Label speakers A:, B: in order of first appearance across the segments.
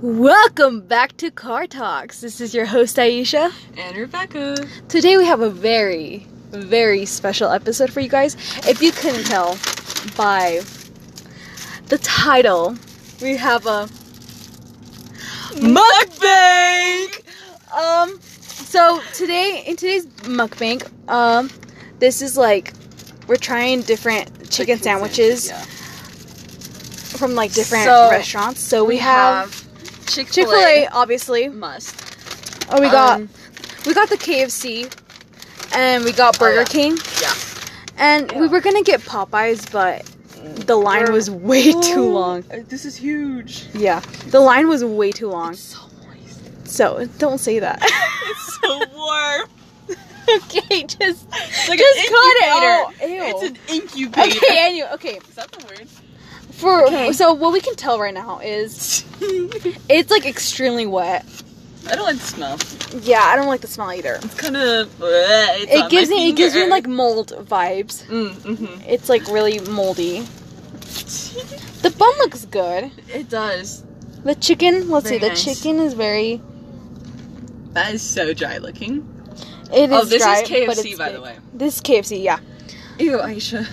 A: Welcome back to Car Talks. This is your host Aisha.
B: And Rebecca.
A: Today we have a very, very special episode for you guys. If you couldn't tell by the title, we have a mukbang. Um, so today in today's mukbang, um, this is like we're trying different chicken sandwiches
B: Yeah.
A: from like different
B: So,
A: restaurants. So we, have,
B: Chick
A: Chick Fil A, obviously.
B: Must.
A: Oh, we got
B: Um,
A: we got the KFC, and we got Burger
B: Oh, yeah.
A: King,
B: yeah.
A: and we
B: Yeah.
A: were gonna get Popeyes, but the line
B: We're-
A: was way too long.
B: This is huge.
A: Yeah, the line was way too long.
B: so moist.
A: So don't say that.
B: It's so warm.
A: okay, just
B: It's like
A: just
B: an
A: cut it out.
B: incubator. It's an incubator.
A: okay, anyway, okay.
B: Is that the word?
A: For
B: Okay.
A: so what we can tell right now is it's like extremely wet.
B: I don't like the smell.
A: Yeah, I don't like the smell either.
B: It's kind of. It's on
A: it gives
B: my
A: me it gives me
B: finger.
A: like mold vibes.
B: Mm, mhm.
A: It's like really moldy. The bun looks good.
B: it does.
A: The chicken, let's
B: Very
A: see,
B: nice.
A: the chicken is very.
B: That is so dry looking.
A: It is
B: oh, this
A: dry,
B: is KFC,
A: but it's
B: by
A: good.
B: the way.
A: This is KFC, yeah.
B: Ew, Aisha.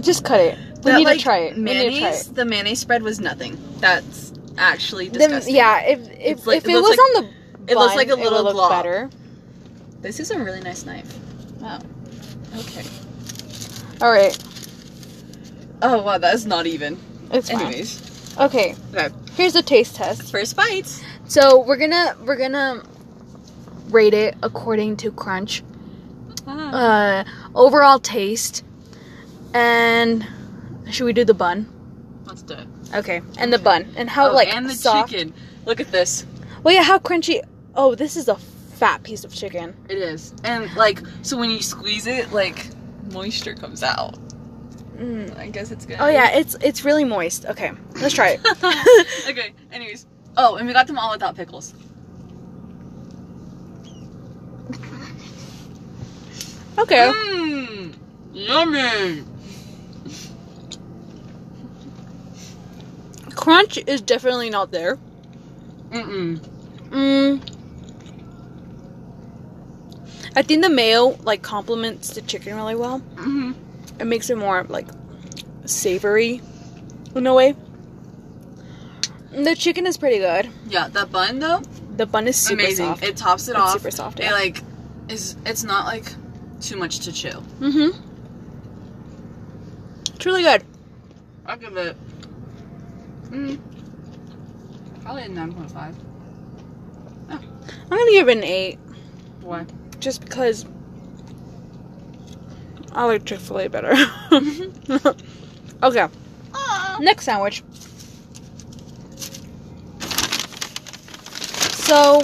A: Just cut it. We
B: That,
A: need
B: like,
A: to try it.
B: Mayonnaise,
A: we need to try it.
B: The mayonnaise spread was nothing. That's actually
A: Then,
B: disgusting.
A: yeah, if if,
B: It's like-
A: if
B: it
A: it,
B: looks
A: was
B: like-
A: on the
B: it looks
A: bun,
B: like a
A: it
B: little
A: would look
B: glob.
A: better.
B: This is a really nice knife. Wow. Okay.
A: All right,
B: Oh wow, that's not even.
A: it's fine.
B: Anyways,
A: Okay,
B: okay.
A: here's the taste test.
B: First bites.
A: So we're gonna we're gonna rate it according to crunch,
B: Ah,
A: uh, overall taste, and should we do the bun?
B: Let's do it. Oh,
A: Okay, and the bun and how Oh, like
B: and the
A: soft.
B: chicken. Look at this.
A: Well, yeah, how crunchy. Oh, this is a fat piece of chicken.
B: It is. And like, so when you squeeze it, like moisture comes out.
A: Mm.
B: I guess it's good.
A: Oh yeah, it's it's really moist. Okay, let's try it.
B: okay. Anyways. Oh, and we got them all without pickles.
A: Okay.
B: Mmm. Yummy.
A: Crunch is definitely not there.
B: Mm-mm.
A: Mm. I think the mayo like complements the chicken really well.
B: Mm-hmm.
A: It makes it more like savory in a way. The chicken is pretty good.
B: Yeah, that bun though,
A: The bun is super
B: amazing.
A: soft.
B: It tops it
A: It's
B: off.
A: super soft,
B: It
A: yeah.
B: like is it's not like too much to chew.
A: mm-hmm. It's really good.
B: I'll give it mm, probably a nine point five.
A: I'm gonna give it an eight.
B: Why?
A: just because I like Chick fil A better. okay, next sandwich. So.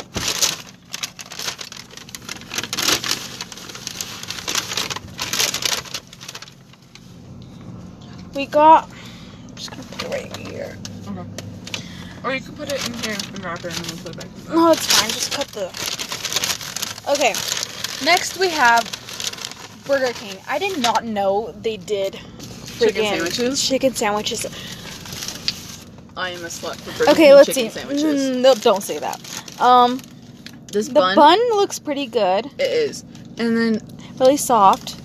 A: We got. I'm just gonna put it right here.
B: Or you could put it in here and wrap it and then put it back.
A: No, it's fine. Just cut the. Okay. Next we have Burger King. I did not know they did
B: Chicken
A: friggin'
B: sandwiches?
A: Chicken sandwiches.
B: I am a slut for Burger
A: okay,
B: King
A: let's see.
B: chicken sandwiches.
A: Mm, no, don't say that. Um,
B: This
A: the
B: bun,
A: bun? looks pretty good.
B: it is. And then
A: Really soft.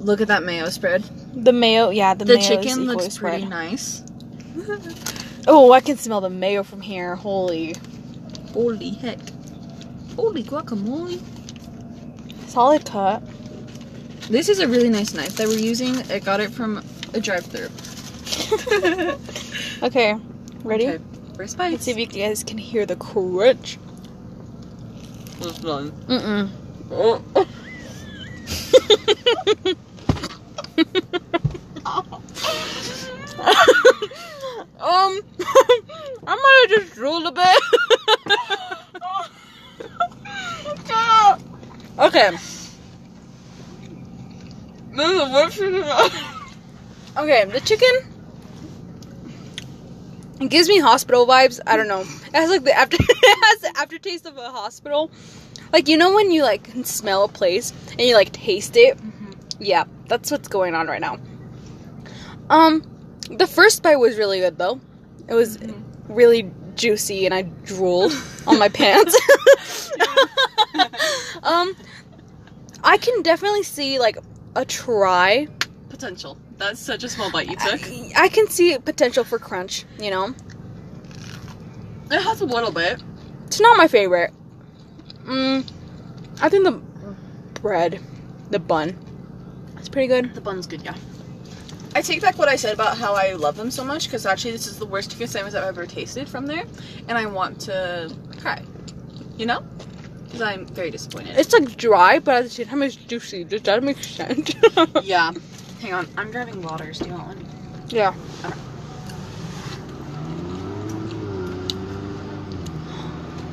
B: look at that mayo spread.
A: The mayo, yeah, the,
B: The,
A: mayo is
B: chicken
A: equally
B: looks pretty
A: spread.
B: nice.
A: Oh, I can smell the mayo from here. Holy,
B: Holy heck. Holy guacamole.
A: solid cut.
B: This is a really nice knife that we're using. I got it from a drive through
A: Okay, ready?
B: Okay,
A: Let's
B: first bites.
A: see if you guys can hear the crunch.
B: This bun.
A: Mm
B: Oh.
A: mm. um, I might have just drooled a bit. okay,
B: This is the worst thing about-
A: okay, the chicken. It gives me hospital vibes. I don't know. It has like the after it has the aftertaste of a hospital. Like you know when you like can smell a place and you like taste it. Yeah, that's what's going on right now.
B: Mm-hmm.
A: Um, the first bite was really good though. It was really juicy and I drooled on my pants. um, I can definitely see like a try.
B: Potential. That's such a small bite you took.
A: I, I can see potential for crunch. You know,
B: It has a little bit.
A: it's not my favorite. Mm, I think the bread, the bun, it's pretty good.
B: The bun's good, yeah.
C: I take back what I said about how I love them so much because actually this is the worst chicken sandwich I've ever tasted from there, and I want to cry. You know, because I'm very disappointed.
A: It's like dry, but at the same time it's juicy. Does that make sense?
B: Yeah. Hang on, I'm grabbing waters. Do you want one?
A: yeah.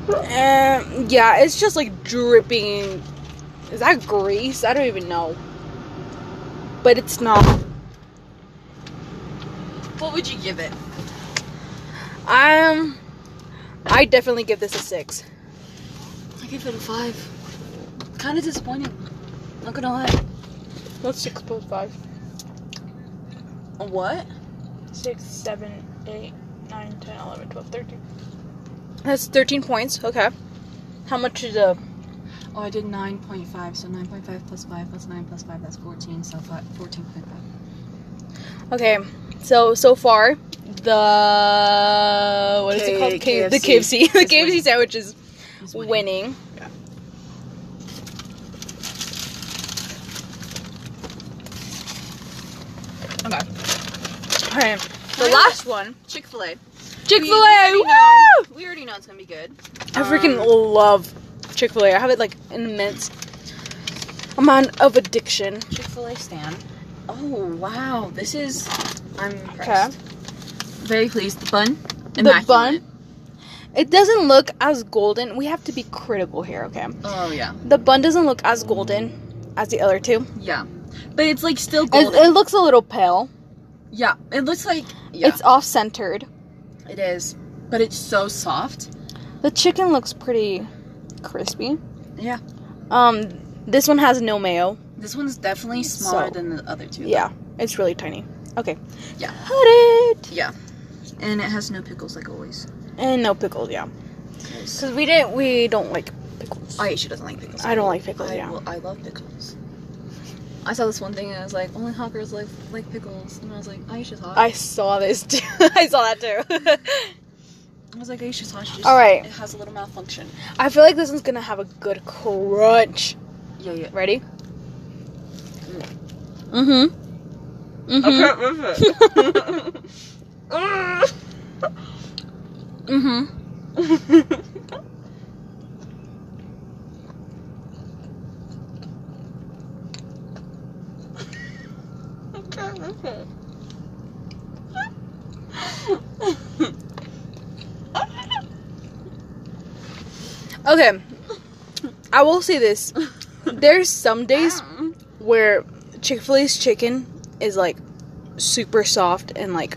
A: Um, yeah, it's just like dripping. Is that grease? I don't even know. But it's not.
B: What would you give it?
A: Um, I definitely give this a six.
B: I give it a five. Kind of disappointed. Not gonna lie.
A: What's six point five?
B: A what?
C: Six, seven, eight, nine, ten, eleven, twelve, thirteen.
A: That's thirteen points. Okay. How much is a?
B: Oh, I did 9.5, so 9.5 plus 5 plus 9 plus 5, that's 14, so fi- 14.5.
A: Okay, so so far the what is it called?
B: K-
A: K- the KFC.
B: KFC.
A: The
B: It's winning.
A: KFC sandwich is
B: It's winning.
A: winning.
C: Yeah. Okay.
A: All right. The
C: Alright.
A: last one,
C: Chick Fil A.
A: Chick Fil
C: We, we,
A: A.
C: already
A: Woo!
C: know- we already know it's gonna be good.
A: I freaking
C: Um,
A: love Chick Fil A. I have it like an immense amount of addiction.
B: Chick fil A stand.
C: Oh wow, this is. I'm
A: Okay.
C: impressed. Very pleased. The bun.
A: The bun. It doesn't look as golden. We have to be critical here, okay?
B: Oh, yeah.
A: The bun doesn't look as golden as the other two.
B: Yeah. But it's like still
A: It,
B: golden.
A: it looks a little pale.
B: yeah. It looks like. Yeah.
A: It's off centered.
B: it is. But it's so soft.
A: The chicken looks pretty crispy.
B: Yeah.
A: Um, this one has no mayo.
B: This one's definitely smaller
A: So-
B: than the other two.
A: Yeah, it's really tiny. Okay.
B: Yeah.
A: Cut it.
B: And it has no pickles like always.
A: And no pickles. Yeah. Cause we didn't. We don't like pickles.
C: I Oh, she doesn't like pickles.
A: I don't like pickles.
C: I,
A: yeah.
C: well, I love pickles. I saw this one thing and I was like, only hawkers like like pickles, and I was like, Aisha's hot.
A: I saw this. Too. I saw that too.
C: I was like, Aisha's hot. She just,
A: All right.
C: It has a little malfunction.
A: I feel like this one's gonna have a good crunch.
B: Yeah, yeah.
A: Ready? Mm-hmm. Mm-hmm. Mm-hmm. Okay. I will say this. There's some days where Chick Fil A's chicken is like super soft and like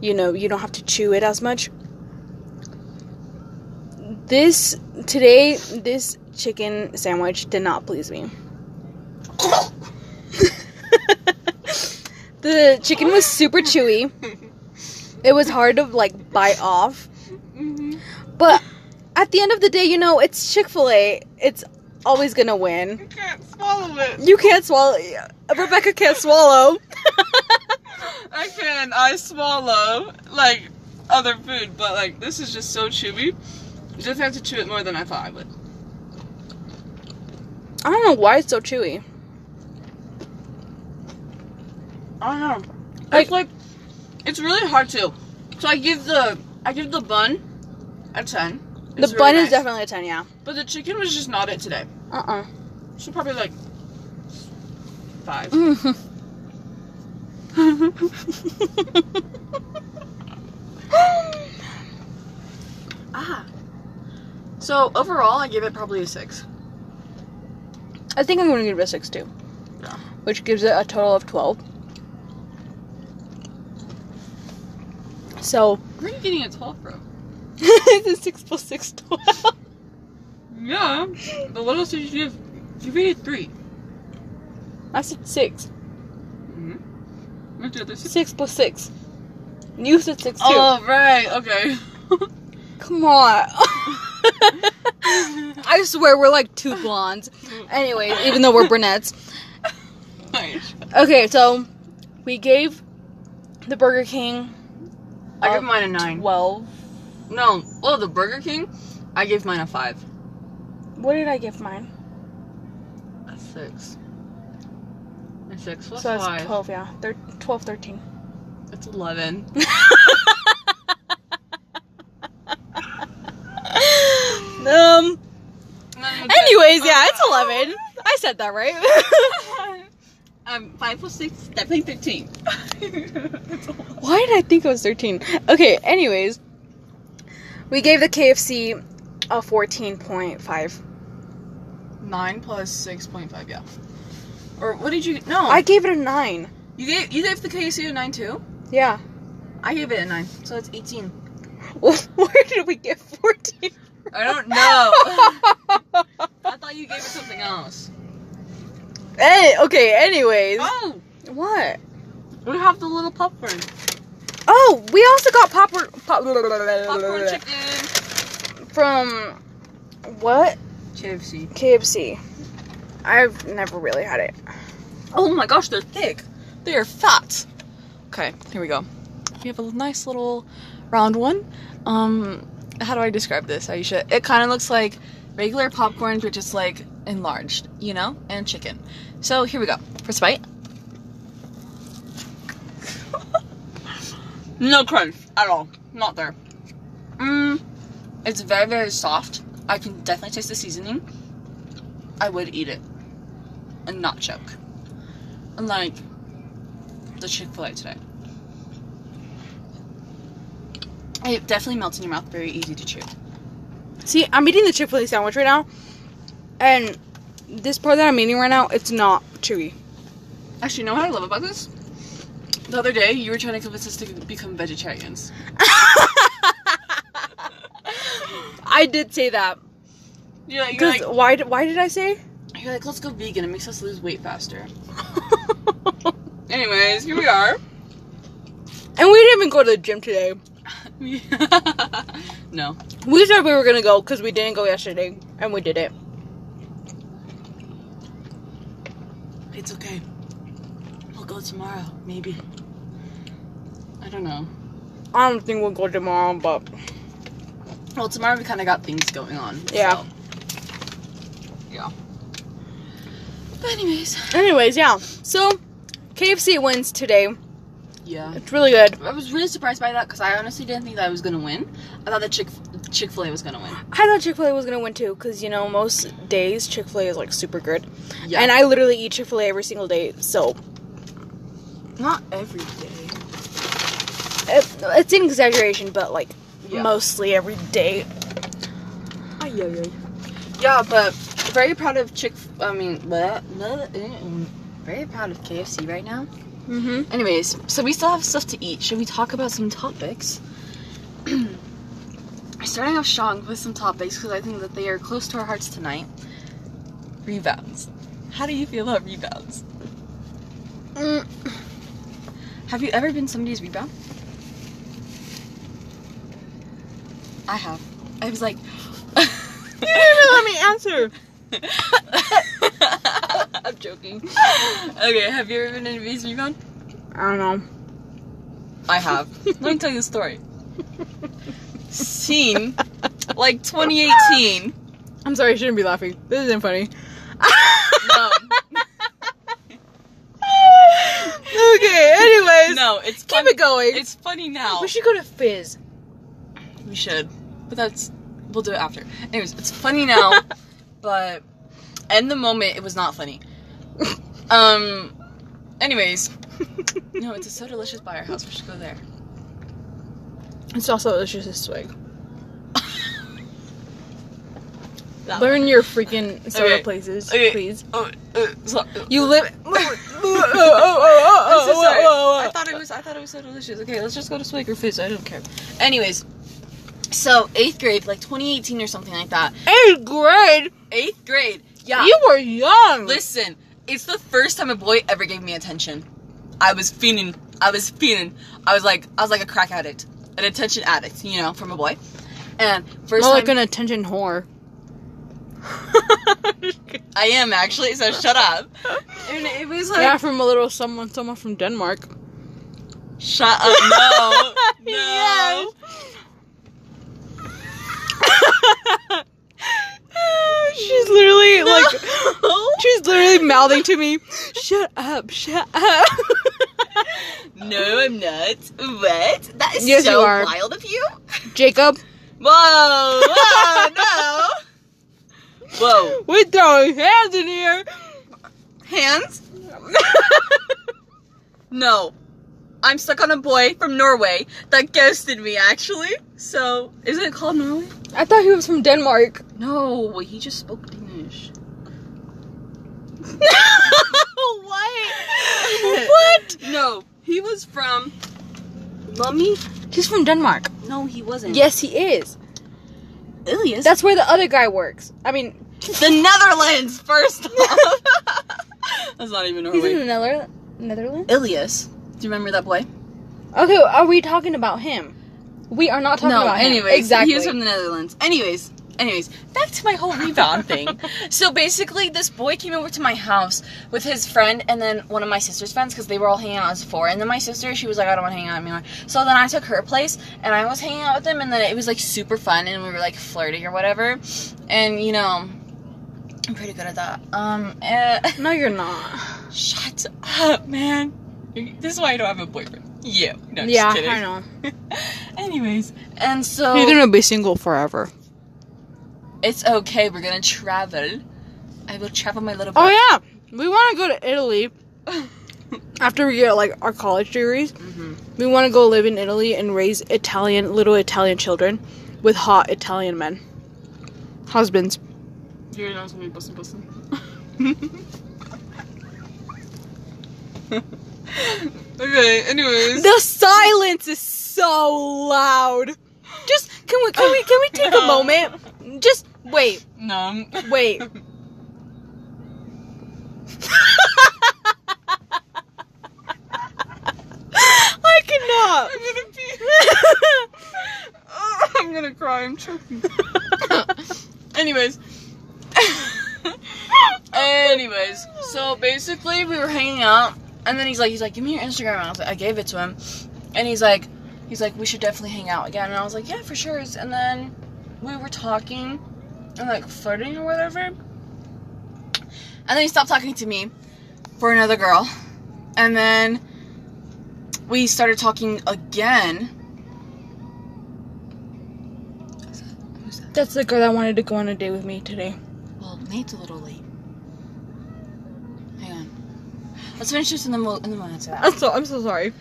A: you know you don't have to chew it as much. This today this chicken sandwich did not please me. the chicken was super chewy. It was hard to like bite off.
C: Mm-hmm.
A: But at the end of the day, you know, it's Chick fil A. It's always gonna win.
C: can't swallow it.
A: You can't swallow. Rebecca can't swallow.
C: I can. I swallow like other food, but like this is just so chewy. Just have to chew it more than I thought I would.
A: I don't know why it's so chewy.
C: I don't know.
A: Like-
C: it's like it's really hard to. So I give the I give the bun a ten.
A: The
C: It's really
A: bun
C: nice.
A: is definitely a 10, yeah.
C: But the chicken was just not it today.
A: Uh uh
C: So probably like five.
B: Ah.
C: So overall, I give it probably a six.
A: I think I'm gonna give it a 6 too.
C: Yeah.
A: Which gives it a total of 12. So,
C: Where are you getting a twelve from?
A: it's a 6 plus 6, 12.
C: Yeah. But what else did you give? You gave it a three.
A: I said 6.
C: What's the other six?
A: 6 plus 6. You said six too.
B: Oh right, okay.
A: Come on. I swear we're like two blondes. Anyway, even though we're brunettes. Okay, so we gave the Burger King
B: I
A: Uh,
B: give mine a nine.
A: twelve.
B: No, well the Burger King, I gave mine a five.
A: What did I give mine?
B: A six. A six plus
A: so
B: five.
A: that's twelve. Yeah, Thir- 12, 13.
B: It's eleven.
A: um. Anyways, yeah, it's
B: Uh-huh.
A: eleven. I said that right.
B: Um, five plus six, definitely thirteen.
A: Why did I think it was 13? Okay, anyways, we gave the KFC a 14.5.
B: Nine plus six point five, yeah. Or what did you? No,
A: I gave it a 9.
B: you gave you gave the KFC a nine too.
A: Yeah.
B: I gave it a nine, so it's eighteen.
A: Where did we get 14?
B: I don't know. I thought you gave it something else.
A: hey, okay, anyways.
B: Oh,
A: What?
B: we have the little popcorn.
A: Oh, we also got popcorn pop-
B: Popcorn chicken.
A: from what?
B: KFC.
A: KFC. I've never really had it.
B: Oh my gosh, they're thick. They are fat. Okay, here we go. We have a nice little round one. Um, how do I describe this, Aisha? It kind of looks like regular popcorns, but just like enlarged, you know, and chicken. So here we go. First bite. no crunch at all. Not there. Mmm. It's very, very soft. I can definitely taste the seasoning. I would eat it and not choke like the Chick Fil A today. It definitely melts in your mouth. Very easy to chew.
A: See, I'm eating the Chick fil A sandwich right now, and this part that I'm eating right now, it's not chewy.
B: Actually, you know what I love about this? The other day, you were trying to convince us to become vegetarians.
A: I did say that.
B: You're like, you're
A: Because
B: like,
A: why, did- why did I say?
B: you're like, let's go vegan. It makes us lose weight faster. Anyways, here we are.
A: and we didn't even go to the gym today.
B: no.
A: We said we were gonna go because we didn't go yesterday, and we did it.
B: It's okay. We'll go tomorrow, maybe. I don't know.
A: I don't think we'll go tomorrow, but
B: Well, tomorrow we kind of got things going on.
A: Yeah.
B: so. Yeah. But anyways.
A: anyways, yeah. So KFC wins today.
B: Yeah.
A: It's really good.
B: I was really surprised by that because I honestly didn't think that I was gonna win. I thought that Chick Chick Fil A was gonna win.
A: I thought Chick Fil A was gonna win too, because you know most days Chick Fil A is like super good,
B: Yeah.
A: and I literally eat Chick Fil A every single day. So
B: not every day.
A: it, it's an exaggeration, but like
B: Yeah.
A: mostly every day.
B: Yeah, but very proud of Chick. I mean, blah, blah, mm, very proud of KFC right now.
A: Mm-hmm.
B: Anyways, so we still have stuff to eat. Should we talk about some topics? Starting off strong with some topics because I think that they are close to our hearts tonight. Rebounds. How do you feel about rebounds?
A: Mm,
B: Have you ever been somebody's rebound? I have. I was like.
A: let me answer.
B: I'm joking. Okay, have you ever been anybody's rebound?
A: I don't know.
B: I have. Let me tell you the story. Scene like 2018.
A: I'm sorry, I shouldn't be laughing. This isn't funny.
B: No,
A: okay. Anyways,
B: no, it's
A: keep
B: funny.
A: it going.
B: It's funny now.
A: We should go to Fizz.
B: We should, but that's we'll do it after. Anyways, it's funny now, but in the moment it was not funny. Um. Anyways, no, it's so delicious by our house. We should go there.
A: It's also delicious as swig.
B: That
A: Learn your freaking soda
B: Okay.
A: places,
B: Okay.
A: please.
B: Oh, uh, so-
A: You live.
B: I'm so sorry.
A: oh, oh, oh, oh, oh, oh, oh.
B: I thought it was. I thought it was so delicious. Okay, let's just go to Swig or Fizz. I don't care. Anyways, so eighth grade, like 2018 or something like that.
A: Eighth grade.
B: Eighth grade. Yeah.
A: You were young.
B: Listen, it's the first time a boy ever gave me attention. I was fiending I was feeling. I was like, I was like a crack addict, an attention addict, you know, from a boy. And first
A: More
B: time,
A: like an attention whore.
B: I am actually. So shut up. And it was like,
A: yeah, from a little someone, someone from Denmark.
B: shut up. No, no.
A: Yes. she's literally like, she's literally mouthing to me, "Shut up, shut up."
B: No, I'm not. What? That is
A: Yes,
B: so
A: you are.
B: wild of you.
A: Jacob,
B: Whoa, whoa, no. Whoa.
A: we're throwing hands in here.
B: Hands? No. I'm stuck on a boy from Norway that ghosted me, actually. So, isn't it called Norway?
A: I thought he was from Denmark.
B: No, he just spoke Danish. what?
A: What?
B: No, he was from. Lummi?
A: He's from Denmark.
B: No, he wasn't. Oh,
A: Yes, he is.
B: Ilias.
A: That's where the other guy works. I mean,
B: the Netherlands, first off. That's not even
A: he's in
B: Norway.
A: the Nether- Netherlands.
B: Ilias. Do you remember that boy?
A: Okay, are we talking about him? We are not talking
B: no,
A: about him.
B: anyways,
A: exactly.
B: He was from the Netherlands. Anyways, anyways, back to my whole rebound thing. So basically, this boy came over to my house with his friend and then one of my sister's friends because they were all hanging out as four. And then my sister, she was like, I don't want to hang out anymore. So then I took her place and I was hanging out with them, and then it was like super fun, and we were like flirting or whatever. And you know, I'm pretty good at that. Um, eh,
A: no, you're not.
B: shut up, man. This is why I don't have a boyfriend. Yeah, no, just
A: yeah,
B: kidding.
A: I know. Oh.
B: Anyways, and so
A: gonna be single forever.
B: It's okay, we're gonna travel. I will travel my little
A: Oh yeah, we want to go to Italy after we get like our college degrees. We want to go live in Italy and raise Italian little Italian children with hot Italian men, husbands.
B: You're not gonna be bustin' bustin'. okay, anyways.
A: The silence is so loud. Just can we can we can we take a moment? Just wait,
B: No.
A: wait. I cannot.
B: I'm gonna pee. Oh, I'm gonna cry, I'm choking. anyways. anyways, so basically we were hanging out and then he's like he's like, Give me your Instagram and I was like I gave it to him and he's like he's like, We should definitely hang out again and I was like, Yeah, for sure and then we were talking and like flirting or whatever. And then he stopped talking to me for another girl. And then we started talking again. Who's that?
A: That's the girl that wanted to go on a date with me today.
B: Well, Nate's a little late. Hang on. Let's finish this and then we'll, and then we'll answer that.
A: I'm so I'm so sorry.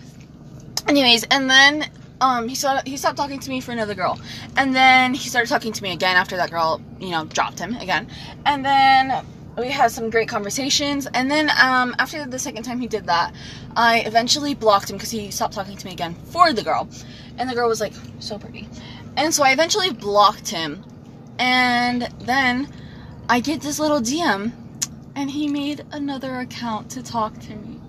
B: Anyways, and then um, he saw he stopped talking to me for another girl, and then he started talking to me again after that girl, you know, dropped him again, and then we had some great conversations, and then um, after the second time he did that, I eventually blocked him because he stopped talking to me again for the girl, and the girl was like so pretty, and so I eventually blocked him, and then I get this little DM, and he made another account to talk to me.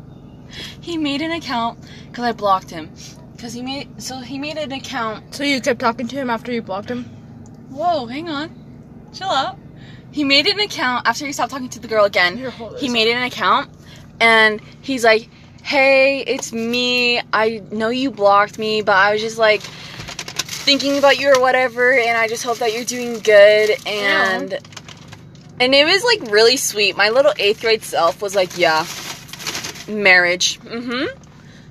B: He made an account because I blocked him. Because he made so he made an account.
A: So you kept talking to him after you blocked him?
B: Whoa, hang on, chill out. He made an account after he stopped talking to the girl again.
A: Here, hold
B: He
A: this.
B: made an account, and he's like, "Hey, it's me. I know you blocked me, but I was just like thinking about you or whatever, and I just hope that you're doing good." And and it was like really sweet. My little eighth grade self was like, "Yeah, marriage. Mm-hmm.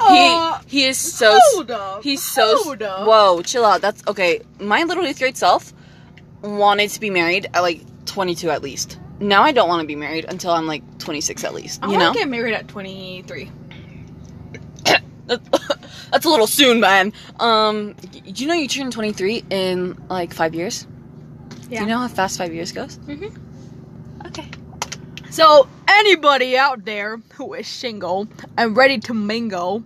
A: Uh,
B: he he is so." s-
A: hold up.
B: He's so.
A: Hold up.
B: Whoa, chill out. That's okay. My little eighth grade self wanted to be married at like 22 at least. Now I don't want to be married until I'm like 26 at least.
A: I
B: You
A: wanna
B: know,
A: get married at 23.
B: that's a little soon, man. Um, y- you know you turn 23 in like five years. Do
A: Yeah.
B: you know how fast five years goes?
A: Mhm.
B: Okay.
A: So, anybody out there who is single and ready to mingle,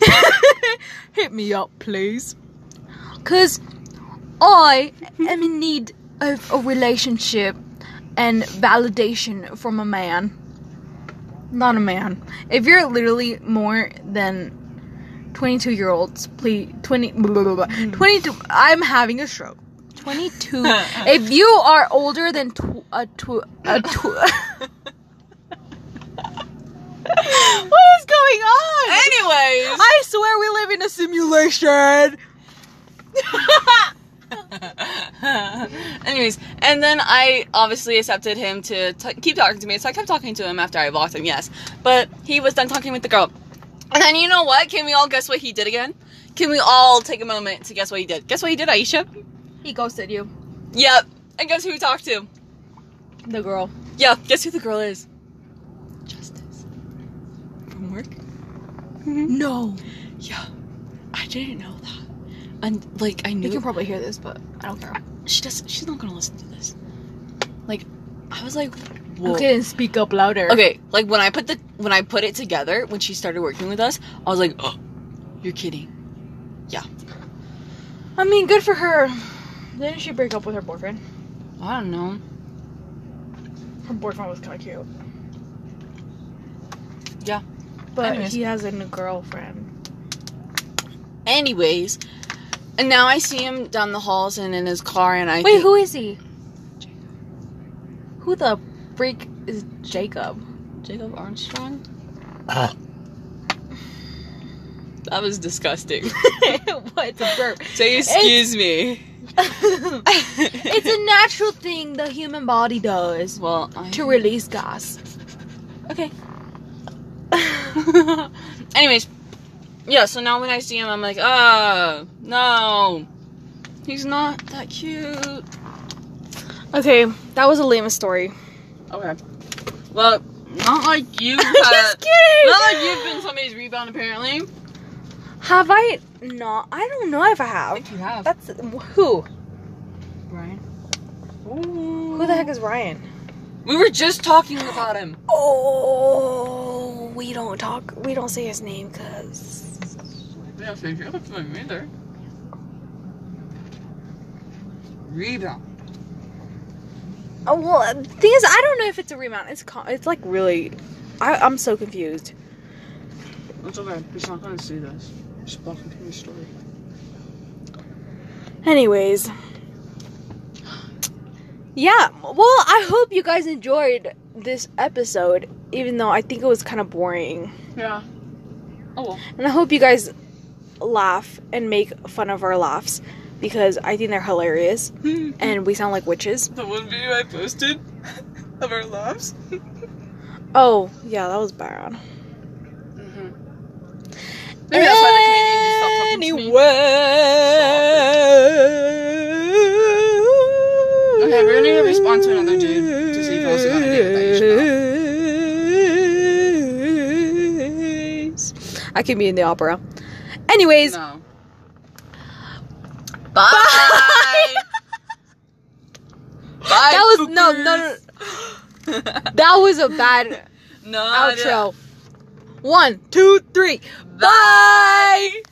A: hit me up, please. Because I am in need of a relationship and validation from a man. not a man. If you're literally more than 22 year olds, please 20 blah, blah, blah, 22 I'm having a stroke. 22 If you are older than tw- a tw- a tw- What is going on?
B: Anyways,
A: I swear we live in a simulation.
B: Anyways, and then I obviously accepted him to t- keep talking to me, so I kept talking to him after I blocked him, yes. But he was done talking with the girl. And then you know what? Can we all guess what he did again? Can we all take a moment to guess what he did? Guess what he did, Aisha?
A: He ghosted you.
B: Yep. And guess who he talked to?
A: The girl.
B: Yeah, guess who the girl is? Justice. From work?
A: No.
B: Yeah. I didn't know that. And like I
A: You
B: knew
A: can probably hear this, but I don't care.
B: she does she's not gonna listen to this. Like I was like, whoa.
A: Okay, speak up louder.
B: Okay, like when I put the when I put it together when she started working with us, I was like, oh, "You're kidding."
A: I mean, good for her. Didn't she break up with her boyfriend?
B: I don't know.
A: Her boyfriend was kind of cute.
B: Yeah.
A: But
B: Anyways.
A: he has a new girlfriend.
B: Anyways, and now I see him down the halls and in his car, and I
A: Wait,
B: think-
A: who is he? Who the freak is Jacob?
B: Jacob Armstrong. That was disgusting.
A: what? It's a burp.
B: Say excuse me.
A: it's a natural thing the human body does
B: well, I...
A: to release gas.
B: Okay. Anyways, yeah, so now when I see him, I'm like, ah, no. He's not that cute.
A: Okay, that was a lame story.
B: Okay. Well, not like you had.
A: Just kidding.
B: not like you've been somebody's rebound, apparently.
A: Have I not? I don't know if I have.
B: you have.
A: That's who?
B: Brian.
A: Who the heck is Ryan?
B: We were just talking about him.
A: Oh, we don't talk. We don't say his name because
B: Yeah, so you're not feeling either. Rebound.
A: oh well. The thing is, I don't know if it's a remount. It's con- it's like really. I, I'm so confused.
B: It's okay. He's not gonna see this. Just walk into the story.
A: Anyways. Yeah, well, I hope you guys enjoyed this episode, even though I think it was kind of boring.
B: Yeah. Oh well.
A: And I hope you guys laugh and make fun of our laughs because I think they're hilarious
B: Hmm.
A: and we sound like witches.
B: The one video I posted of our laughs.
A: Oh, yeah, that was Byron.
B: Mm-hmm. Maybe that's why the Canadian just stopped talking to me. Okay, we're gonna respond to another dude to see if I also got a date with
A: I can be in the opera. Anyways,
B: No. Bye.
A: Bye.
B: Bye,
A: That was- no, no, no.
B: fuckers.
A: that was a bad
B: no. I didn't.
A: outro. One, two, three.
B: Bye.